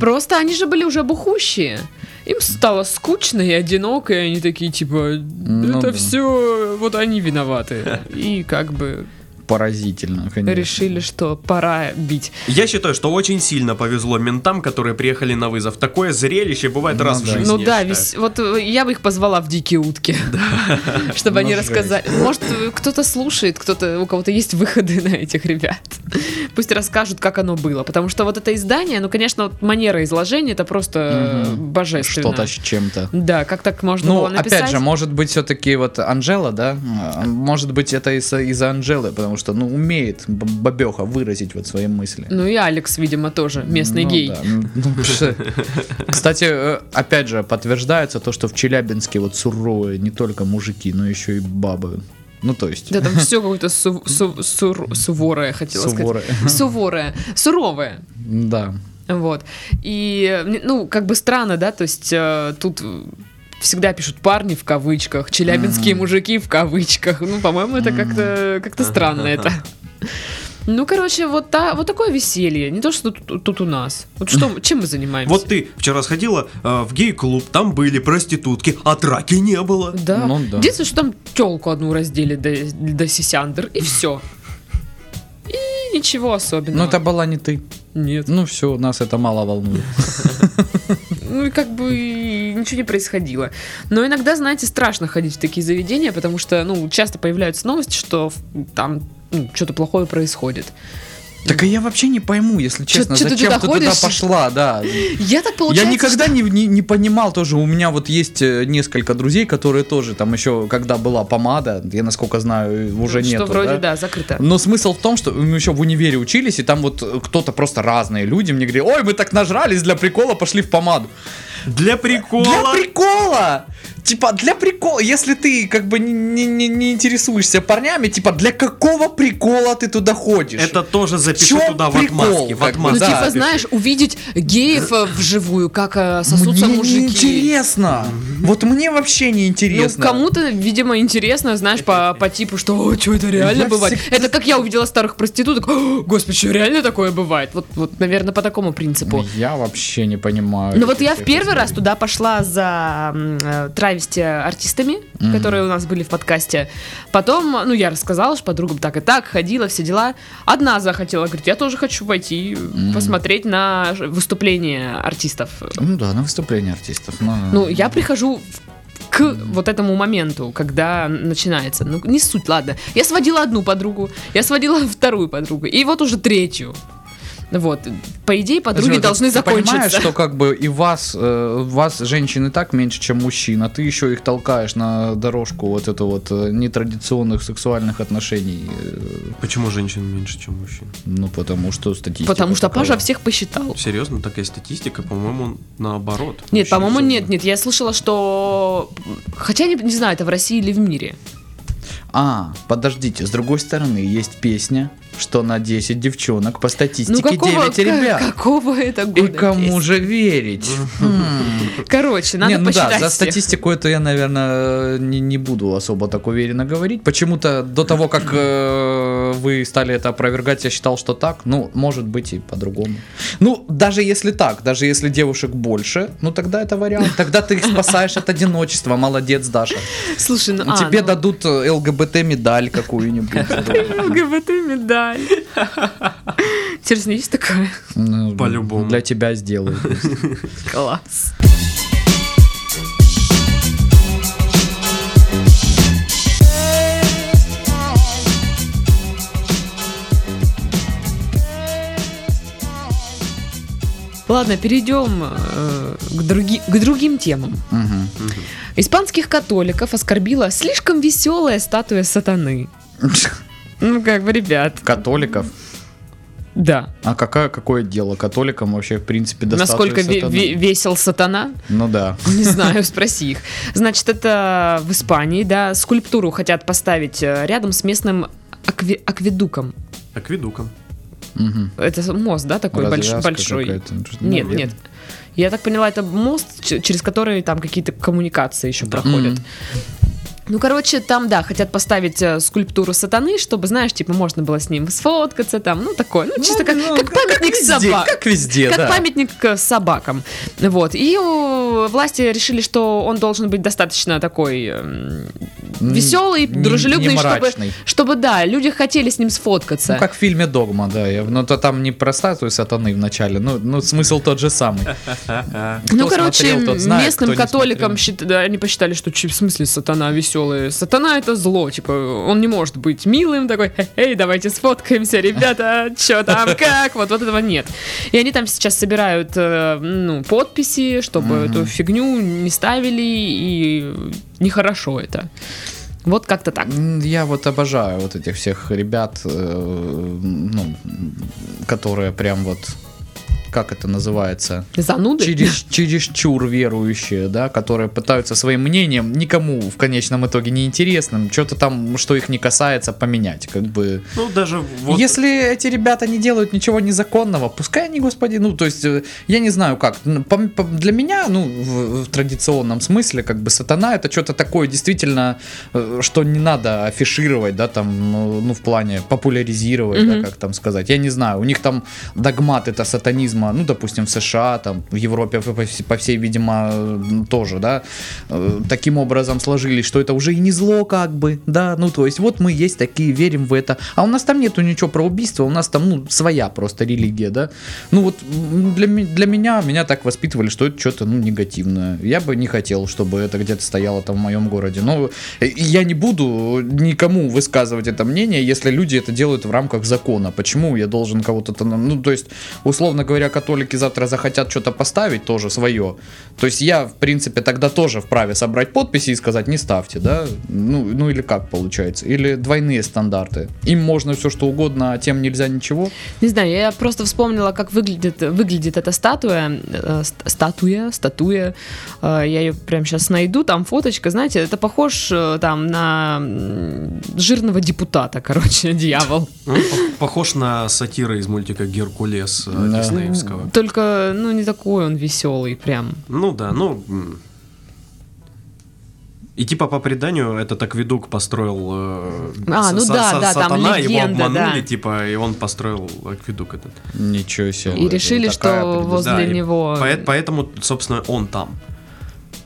Просто они же были уже бухущие. Им стало скучно и одиноко, и они такие, типа, Ну это да. все, вот они виноваты. И как бы Поразительно, конечно. решили, что пора бить. Я считаю, что очень сильно повезло ментам, которые приехали на вызов. Такое зрелище бывает Ну раз в да. жизни. Ну я да, считаю. весь- вот э, я бы их позвала в дикие утки, <laughs> чтобы они Ну, рассказали. Может, э, кто-то слушает, кто-то у кого-то есть выходы на этих ребят. <laughs> Пусть расскажут, как оно было, потому что вот это издание, ну, конечно, вот манера изложения это просто э, Мгм. божественно. Что-то с чем-то. Да, как так можно Ну, было написать? опять же, может быть, все-таки вот Анжела, да? э, Может быть, это из- из-за Анжелы, потому что, ну, умеет б- бабеха выразить вот свои мысли. Ну и Алекс, видимо, тоже местный Ну гей. да, ну, ну, пш. Кстати, э, опять же, подтверждается то, что в Челябинске вот суровые не только мужики, но еще и бабы. Ну, то есть, Да там все какое-то су- су- сур- суворое, хотела суворые. сказать. Суворое. Суровое. Да. Вот. И, э, мне, ну, как бы странно, да, то есть э, тут э, всегда пишут парни в кавычках, челябинские мужики в кавычках. Ну, по-моему, это как-то как-то странно это. Ну, короче, вот, та, вот такое веселье. Не то, что тут, тут у нас. Вот что, чем мы занимаемся? Вот ты вчера сходила э, в гей-клуб, там были проститутки, а драки не было. Да. Ну да. Единственное, что там телку одну раздели до, до сисяндр, и все. И ничего Ну, особенного. это была не ты. Нет. Ну, все, нас это мало волнует. Ну, и как бы и ничего не происходило. Но иногда, знаете, страшно ходить в такие заведения, потому что, ну, часто появляются новости, что в- там ну, что-то плохое происходит. Так и я вообще не пойму, если честно, чё ты зачем туда ты туда ходишь? пошла, да. Я так Я получается, никогда не, не, не понимал тоже, у меня вот есть э, несколько друзей, которые тоже там еще, когда была помада, я насколько знаю, э, что, уже Ну, что нету, вроде да, да? Ну, закрыто. Но смысл в том, что мы еще в универе учились, и там вот э, кто-то просто разные люди мне говорили, ой, мы так нажрались для прикола, пошли в помаду. Для Для прикола. прикола! Типа, для прикола, если ты как бы не, не- не- не интересуешься парнями, типа, для какого прикола ты туда ходишь? Это тоже запиши Чё туда в прикол, отмазке. В как бы, Ну, отмазке. да, типа, пиши. знаешь, увидеть геев э, вживую, как э, сосутся мне мужики. не интересно. Вот мне вообще не Ну, интересно. кому-то, видимо, интересно, знаешь, по, по типу, что, о, что это реально Я бывает. всегда- Это как я увидела старых проституток, «О, господи, что реально такое бывает? Вот, вот, наверное, по такому принципу. Ну, Я вообще не понимаю. Ну вот я в первый раз туда пошла за м, э, травести артистами, Мгм. которые у нас были в подкасте. Потом, ну я рассказала что подругам так и так, ходила, все дела. Одна захотела, говорит, я тоже хочу пойти э, посмотреть на ж- выступление артистов. Ну да, на выступление артистов. Ну, Ну, я прихожу в- к вот этому моменту, когда начинается. Ну, не суть, ладно. Я сводила одну подругу, я сводила <laughs> вторую подругу, и вот уже третью. Вот. По идее, подруги Слушай, вот должны ты закончиться. понимаешь, что как бы и вас, э, вас женщин и так меньше, чем мужчин, а ты еще их толкаешь на дорожку вот эту вот э, нетрадиционных сексуальных отношений. э, Почему женщин меньше, чем мужчин? Ну, потому что статистика Потому что такова. Пажа всех посчитал. Серьезно, такая статистика, по-моему, наоборот. Нет, Мужчин по-моему, всё- нет, нет. Я слышала, что... Хотя не, не знаю, это в России или в мире. А, подождите, с другой стороны, есть песня, что на 10 девчонок по статистике 9 Ну, ка- ребят. какого это года? И кому песня? же верить? Хм. Короче, надо не, ну посчитать да, за всех. статистику это я, наверное, не, не буду особо так уверенно говорить. Почему-то до того, как э, вы стали это опровергать, я считал, что так. Ну, может быть и по-другому. Ну, даже если так, даже если девушек больше, ну тогда это вариант. Тогда ты их спасаешь от одиночества. Молодец, Даша. Слушай, ну а, Тебе ну, дадут э, ЛГБТ-медаль какую-нибудь. <laughs> ЛГБТ медаль. Интересно, есть такая? Ну, По-любому. Для тебя <laughs> сделают. Класс. Ладно, перейдем э, к, други- к другим темам. Мгм. Испанских католиков оскорбила слишком веселая статуя сатаны. Ну, как бы, ребят, Католиков. да. А какая, какое дело католикам вообще, в принципе, достаточно? Насколько ве- ве- весел сатана? Ну да. Не знаю, спроси их. Значит, это в Испании, да, скульптуру хотят поставить э, рядом с местным акве- акведуком. Акведуком. Мгм. Это мост, да, такой больш- Развязка большой? какая-то, ну, что- Нет, наверное. нет. Я так поняла, это мост, ч- через который там какие-то коммуникации еще проходят. Мгм. Ну, короче, там, да, хотят поставить э, скульптуру сатаны, чтобы, знаешь, типа, можно было с ним сфоткаться, там, ну, такое, ну, чисто как, Ну, как памятник везде, собак. Как везде, как да. памятник э, собакам. Вот. И э, власти решили, что он должен быть достаточно такой эм, М, веселый, не- дружелюбный, не чтобы, мрачный. чтобы, да, люди хотели с ним сфоткаться. Ну, как в фильме «Догма», да. я- Ну, то там не про статую сатаны в начале, ну, ну, смысл тот же самый. Кто Ну, короче, смотрел, тот знает, местным кто не смотрел. католикам счит- да, они посчитали, что чё, в смысле сатана веселый. Сатана это зло, типа, он не может быть милым, такой, эй, давайте сфоткаемся, ребята, что там, <laughs> как, вот, вот этого нет. И они там сейчас собирают э, ну, подписи, чтобы Мгм. эту фигню не ставили, и нехорошо это. Вот как-то так. М, Я вот обожаю вот этих всех ребят, э, ну, которые прям вот, как это называется, Зануды? через, чересчур верующие, да, которые пытаются своим мнением никому в конечном итоге не интересным, что-то там, что их не касается, поменять, как бы. Ну, даже вот... Если эти ребята не делают ничего незаконного, пускай они, господи, ну, то есть, э, я не знаю как, ну, пом- пом- для меня, ну, в, в традиционном смысле, как бы, сатана это что-то такое, действительно, э, что не надо афишировать, да, там, ну, ну, в плане популяризировать, Мгм. да, как там сказать, я не знаю, у них там догмат это сатанизм видимо, ну, допустим, в США, там, в Европе, по, по вс- по всей, видимо, э, тоже, да, э, таким образом сложились, что это уже и не зло, как бы, да, ну, то есть, вот мы есть такие, верим в это, а у нас там нету ничего про убийство, у нас там, ну, своя просто религия, да, ну, вот м, для, ме- для меня, меня так воспитывали, что это что-то, ну, негативное, я бы не хотел, чтобы это где-то стояло там в моем городе, но э, я не буду никому высказывать это мнение, если люди это делают в рамках закона, почему я должен кого-то, там, ну, то есть, условно говоря, католики завтра захотят что-то поставить тоже свое, то есть я, в принципе, тогда тоже вправе собрать подписи и сказать, не ставьте, да? Ну, ну или как получается? Или двойные стандарты. Им можно все что угодно, а тем нельзя ничего. Не знаю, я просто вспомнила, как выглядит, выглядит эта статуя. э, ст- Статуя, статуя. Э, Я ее прямо сейчас найду, там фоточка, знаете, это похож э, там на м, жирного депутата, короче, <laughs> дьявол. ну, Он пох- похож на сатира из мультика Геркулес э, Да. Диснеевского. Только, ну, не такой он веселый прям. Ну да, ну... м. И типа по преданию это так ведук построил э, А, ну да, да, там сатана, его легенда, обманули, да. типа, и он построил акведук этот. Ничего себе. И решили, Вот такая что предыстория. возле Да, и него... пое- поэтому, собственно, он там.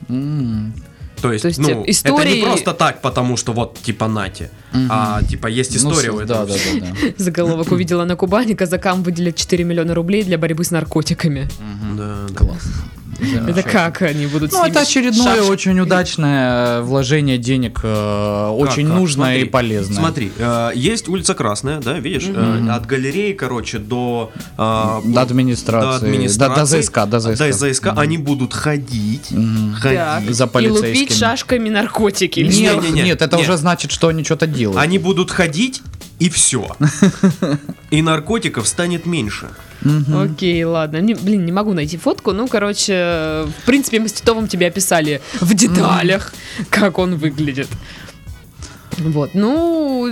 М, ну, То есть, То есть, ну, э, истории- это не просто так, потому что вот, типа, нате, Мгм. а, типа, есть ну, история у с- да, этого. да, всего. да, да. <laughs> Заголовок увидела на Кубани, казакам выделят 4 миллиона рублей для борьбы с наркотиками. Да, да. Это как они будут Ну, с ними это очередное шашки? очень удачное э, вложение денег, э, Как, очень как? нужное и Смотри, полезное. Смотри, э, есть улица Красная, да, видишь, э, от галереи, короче, до... э, До администрации. До администрации. До- до ЗСК, до ЗСК. Мгм. они будут ходить. Мгм. Так. Ходить. За И лупить полицейскими. шашками наркотики. Не, Нет, не, не, нет, это не. уже значит, что они что-то делают. Они будут ходить, и все. И наркотиков станет меньше. Мгм. Окей, ладно. Не- блин, не могу найти фотку. Ну, короче, э, в принципе, мы с Титовым тебе описали в деталях, как он выглядит. Вот, ну,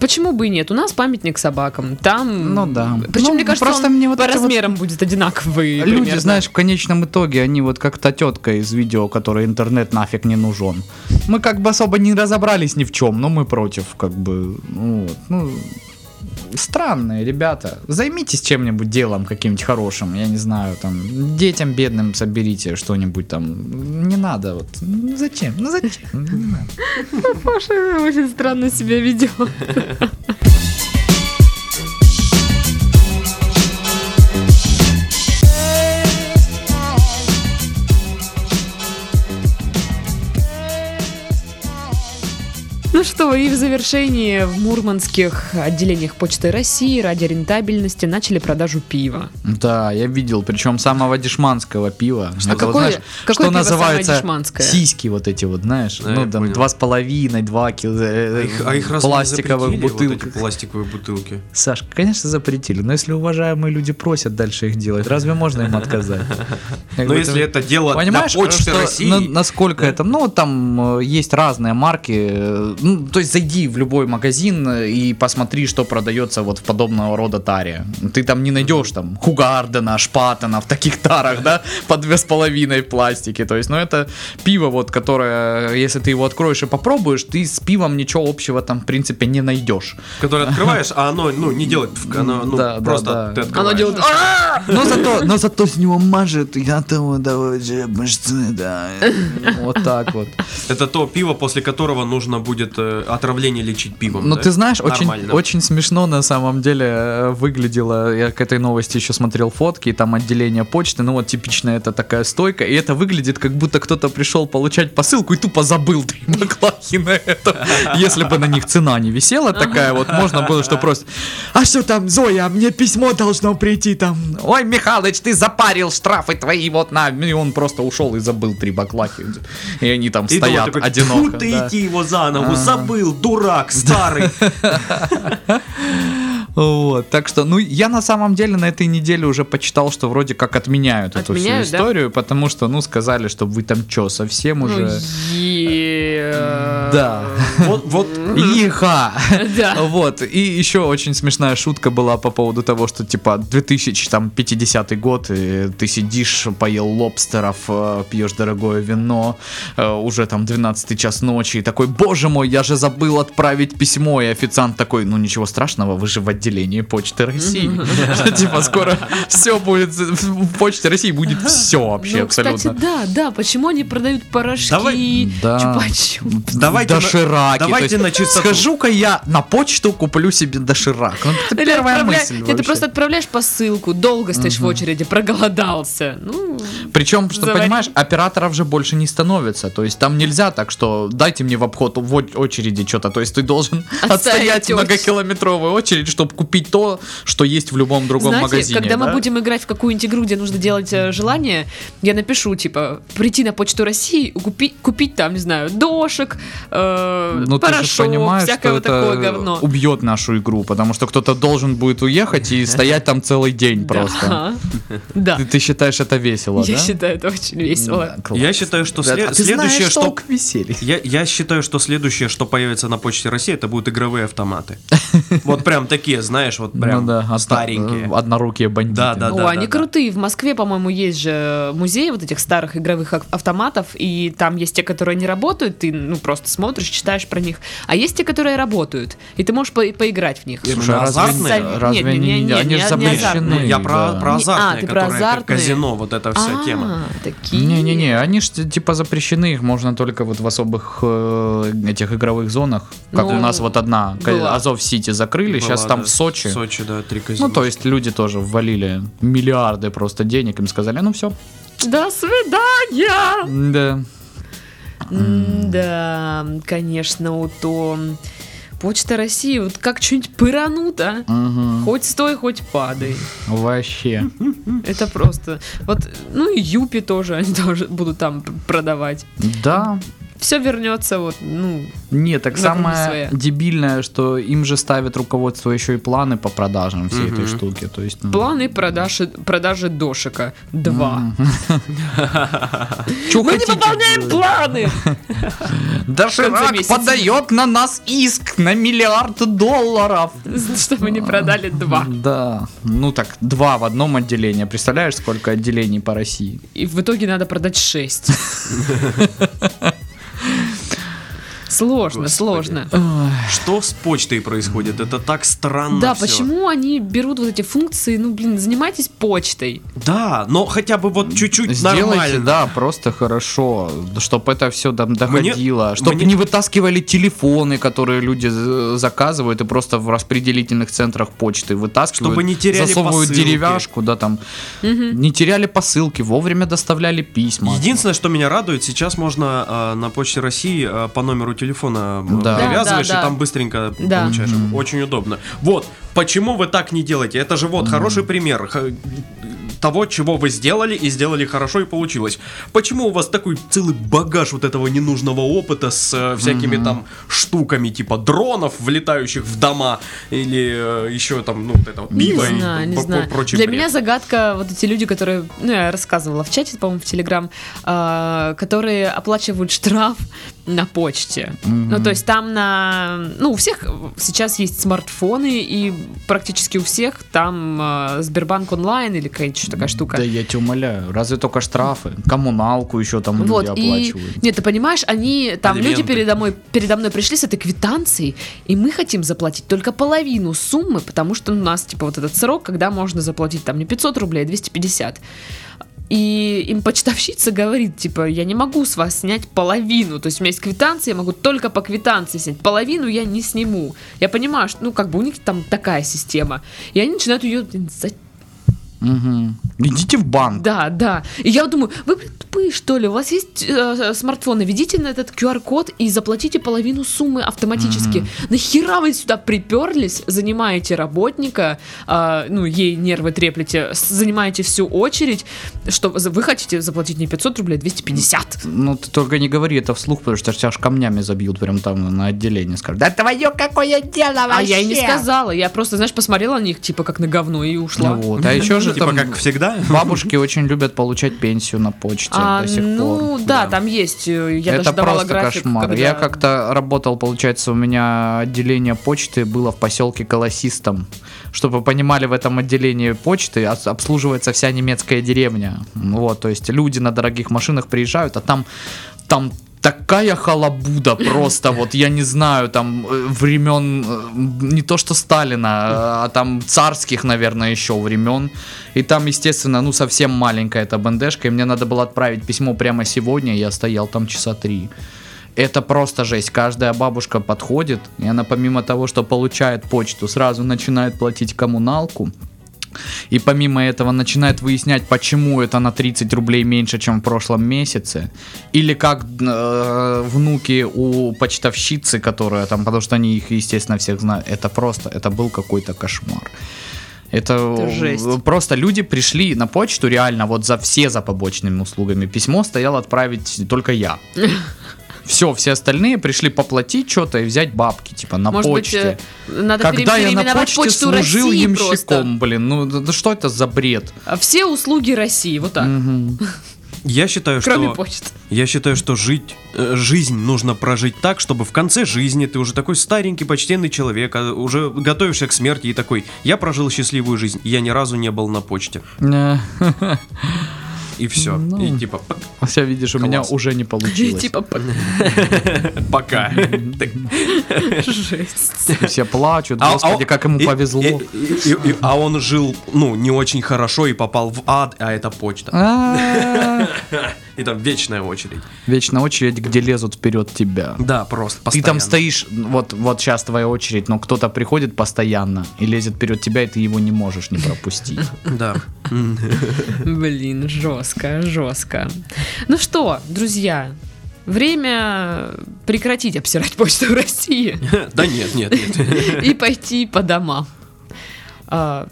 почему бы и нет? У нас памятник собакам, там... Ну да. Причем, Ну, мне кажется, просто он мне вот по это вот- размерам будет одинаковый. Люди, примерно. знаешь, в конечном итоге, они вот как та тетка из видео, которой интернет нафиг не нужен. Мы как бы особо не разобрались ни в чем, но мы против, как бы, ну, вот, ну, странные ребята. Займитесь чем-нибудь делом каким-нибудь хорошим, я не знаю, там, детям бедным соберите что-нибудь там. Не надо, вот. Ну, зачем? Ну, зачем? Не надо. Паша очень странно себя ведет. Ну что, и в завершении в мурманских отделениях Почты России ради рентабельности начали продажу пива. Да, я видел, причем самого дешманского пива. Что, какое- какое что пиво самое называется дешманское? сиськи вот эти вот, знаешь, Да, я ну там понял. два с половиной, два кило А э, их, а их разве не пластиковых запретили, вот эти бутылок. пластиковые бутылки. Сашка, конечно, запретили, но если уважаемые люди просят дальше их делать, разве можно им <laughs> отказать? Как Но бы если ты- это дело Понимаешь, для почты что- России, на- насколько это, ну вот там э, есть разные марки, э, ну то есть зайди в любой магазин э, и посмотри, что продается вот в подобного рода таре. Ты там не найдешь там Хугардена, Шпатена в таких тарах, да, <laughs> по две с половиной пластики. То есть, ну это пиво вот, которое, если ты его откроешь и попробуешь, ты с пивом ничего общего там в принципе не найдешь. которое открываешь, а оно ну, не делает, в- оно ну, Да, да, просто да. ты Оно открываешь. Но зато, но зато с него мажет, я того давай, мышцы, да. Вот так вот. Это то пиво, после которого нужно будет э, отравление лечить пивом. Ну, да? ты знаешь, очень, Нормально. очень смешно на самом деле э, выглядело. Я к этой новости еще смотрел фотки, и там отделение почты, ну вот типичная это такая стойка, и это выглядит, как будто кто-то пришел получать посылку и тупо забыл три <laughs> баклахи на это. Если бы на них цена не висела такая, вот можно было, что просто, а что там, Зоя, мне письмо должно прийти там. Ой, Михалыч, ты запарил штрафы твои вот на... И он просто ушел и забыл три баклахи. И они там И думал стоят такой, одиноко. «Тьфу ты да. А. идти его заново, забыл, дурак, старый. Вот, так что, ну, я на самом деле на этой неделе уже почитал, что вроде как отменяют, эту Отменяют, всю да? Ну, историю, потому что, ну, сказали, что вы там чё, совсем уже... Да. Да. Вот, <laughs> вот Иха! Да. Вот, и еще очень смешная шутка была по поводу того, что, типа, 2050 год, и ты сидишь, поел лобстеров, э, пьешь дорогое вино, э, уже там 12 час ночи, и такой, боже мой, я же забыл отправить письмо, и официант такой, ну, ничего страшного, вы же в отделении Почты <laughs> России. Типа скоро все будет, в Почте России будет все вообще Ну, кстати, абсолютно. да, да, почему они продают порошки, Давай- Да. Ну, чупа-чуп? Давайте на- дошираки. То давайте есть на чистоту. Схожу-ка я на почту, куплю себе доширак. Ну, это Или первая отправля- мысль Нет, вообще. ты просто отправляешь посылку, долго стоишь в очереди, проголодался. Ну, Причем, что заварить. понимаешь, операторов же больше не становится. То есть там нельзя так, что дайте мне в обход в о- очереди что-то. То есть ты <laughs> должен Отстоять отстоять очередь. многокилометровую очередь, чтобы купить то, что есть в любом другом знаете, магазине. когда мы да? будем играть в какую-нибудь игру, где нужно делать э, желание, я напишу, типа, прийти на Почту России, купить, купить там, не знаю, дошек, э, Ну, ты же порошок, понимаешь, всякое что вот такое это говно. убьет нашу игру, потому что кто-то должен будет уехать <laughs> и стоять там целый день просто. Да. <laughs> Да. Ты, ты считаешь это весело, Я да? считаю, это очень весело. Да, класс. Я считаю, что сле- А ты знаешь следующее, что... толк в веселье? Я, я считаю, что следующее, что появится на почте России, это будут <laughs> игровые автоматы. Вот прям такие, знаешь, вот прям Ну да, од- старенькие. Однорукие бандиты. Да, да, О, да, они да. крутые. В Москве, по-моему, есть же музей вот этих старых игровых ак- автоматов, и там есть те, которые не работают, ты ну просто смотришь, читаешь про них, а есть те, которые работают, и ты можешь по- поиграть в них. Именно Слушай, а разве, азартные? Ну, они- разве Нет, не- они, не- не- они не- же не запрещены? азартные. Я про, да. Не- а, про азартные, ты про которые как азартные. казино, вот эта вся А, тема. Такие. Не-не-не, они же типа запрещены, их можно только вот в особых э, этих игровых зонах. Как Ну, у нас вот одна, была. Азов-Сити закрыли, сейчас Была, там да, в Сочи. Сочи, да, три казино. Ну, то есть люди тоже ввалили миллиарды просто денег, им сказали, ну все. До свидания! Да. М, Да, конечно, вот то. Почта России, вот как что-нибудь пыранут, а? Хоть стой, хоть падай. Вообще. Это просто. Вот, ну и Юпи тоже, они тоже будут там п- продавать. Да. Все вернется вот, ну, Нет, так На круги самое своя. дебильное, что им же ставят руководство еще и планы по продажам всей этой Мгм. штуки. То есть, ну, планы продажи, продажи дошика. Два. чё Мы не хотите? выполняем <laughs> планы! конце Доширак месяца. подает на нас иск на миллиард долларов. Что мы не продали два. Да, ну так два в одном отделении. Представляешь, сколько отделений по России? И в итоге надо продать <laughs> шесть. Сложно, Господи. сложно. Что с почтой происходит? Это так странно Да, всё. почему они берут вот эти функции? Ну, блин, занимайтесь почтой. Да, но хотя бы вот чуть-чуть Сделайте, нормально. да, просто хорошо, чтобы это все там доходило, чтобы мне- не вытаскивали телефоны, которые люди э, заказывают и просто в распределительных центрах почты вытаскивают, Чтобы не теряли засовывают посылки. деревяшку, да, там, не теряли посылки, вовремя доставляли письма. Единственное, что меня радует, сейчас можно э, на Почте России э, по номеру телефона э, Да. привязываешь, Да, да, да. и там быстренько Да. получаешь. Мгм. Очень удобно. Вот, почему вы так не делаете? Это же вот хороший пример х- того, чего вы сделали, и сделали хорошо, и получилось. Почему у вас такой целый багаж вот этого ненужного опыта с э, всякими там штуками, типа дронов, влетающих в дома, или э, еще там, ну, вот это вот Не пиво и знаю, не пр- знаю. прочий Для бред. меня загадка вот эти люди, которые, ну, я рассказывала в чате, по-моему, в Телеграм, а, которые оплачивают штраф на почте. Ну, то есть там на... Ну, у всех сейчас есть смартфоны, и практически у всех там а, Сбербанк онлайн или какая-нибудь ещё такая штука. Да я тебя умоляю, разве только штрафы, коммуналку еще там Вот, люди и, оплачивают. нет, ты понимаешь, они, там Алименты. люди передо мной, передо мной пришли с этой квитанцией, и мы хотим заплатить только половину суммы, потому что у нас, типа, вот этот срок, когда можно заплатить, там, не 500 рублей, а 250. И им почтовщица говорит, типа, я не могу с вас снять половину, то есть у меня есть квитанция, я могу только по квитанции снять, половину я не сниму. Я понимаю, что, ну, как бы у них там такая система. И они начинают ее, блин, за- Мгм. Идите в банк. да, да. И я думаю, вы блин, тупые, что ли? У вас есть э, смартфон, наведите на этот QR-код и заплатите половину суммы автоматически. Нахера вы сюда приперлись, занимаете работника, а, ну, ей нервы треплете, с- занимаете всю очередь, что за- вы хотите заплатить не 500 рублей, а 250. Ну, ты только не говори это вслух, потому что тебя аж камнями забьют прям там на отделение. Скажут, да твое какое дело вообще! А я и не сказала, я просто, знаешь, посмотрела на них, типа, как на говно, и ушла. Ну вот, а еще же Типа там как всегда. бабушки очень любят получать пенсию на почте А, до сих ну пор. да, там есть. э, Я это даже давала просто график, кошмар. когда- Я как-то работал, получается, у меня отделение почты было в поселке Колосистом. Чтобы вы понимали, в этом отделении почты ос- обслуживается вся немецкая деревня. Вот, то есть люди на дорогих машинах приезжают, а там, там такая халабуда просто, вот я не знаю, там э, времен, э, не то что Сталина, э, а там царских, наверное, еще времен. И там, естественно, ну совсем маленькая эта бендежка, и мне надо было отправить письмо прямо сегодня, я стоял там часа три. Это просто жесть. Каждая бабушка подходит, и она помимо того, что получает почту, сразу начинает платить коммуналку. И помимо этого начинает выяснять, почему это на 30 рублей меньше, чем в прошлом месяце. Или как э, внуки у почтовщицы, которая там, потому что они их, естественно, всех знают. Это просто, это был какой-то кошмар. Это, Это жесть. просто люди пришли на почту реально вот за все за побочными услугами. Письмо стоял отправить только я. Все, все остальные пришли поплатить что-то и взять бабки, типа, на Может почте. быть, э, надо пере- Когда я на переименовать почте почту служил России ямщиком, просто. блин, ну да- да что это за бред? А Все услуги России, вот так, Мгм. Я считаю, кроме что... почты. Я считаю, что жить, э, жизнь нужно прожить так, чтобы в конце жизни ты уже такой старенький, почтенный человек, а уже готовишься к смерти и такой, я прожил счастливую жизнь, я ни разу не был на почте. Э, <laughs> И все. Ну. И типа, п- Хотя, видишь, у меня Класс. уже не получилось. <laughs> Типа, п- пока. Так, жесть. Все плачут, а- а господи, он- как ему и- повезло. и- и- и- и- А он жил, ну, не очень хорошо и попал в ад, а это почта. <laughs> А, И там вечная очередь. Вечно очередь, где лезут вперед тебя. Да, просто Ты постоянно. там стоишь, вот, вот сейчас твоя очередь, но кто-то приходит постоянно и лезет вперед тебя, и ты его не можешь не пропустить. Да. <laughs> М. Блин, жестко, жестко. Ну что, друзья, время прекратить обсирать почту России Да нет, нет, <laughs> нет. и пойти по домам. А,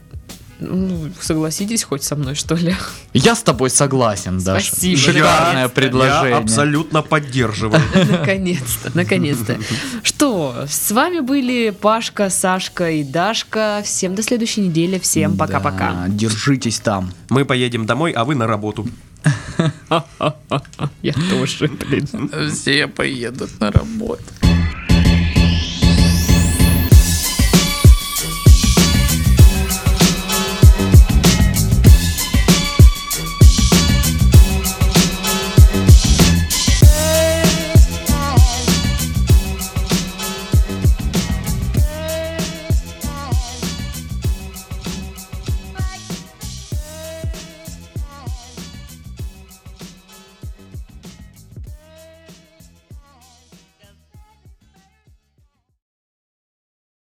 ну, согласитесь хоть со мной, что ли? Я с тобой согласен, Даша. Спасибо. Шикарное Я- Я предложение. абсолютно поддерживаю. Наконец-то, наконец-то. Что, с вами были Пашка, Сашка и Дашка. Всем до следующей недели. Всем пока-пока. Да, Держитесь там. Мы поедем домой, а вы на работу. Я тоже, блин. Все поедут на работу.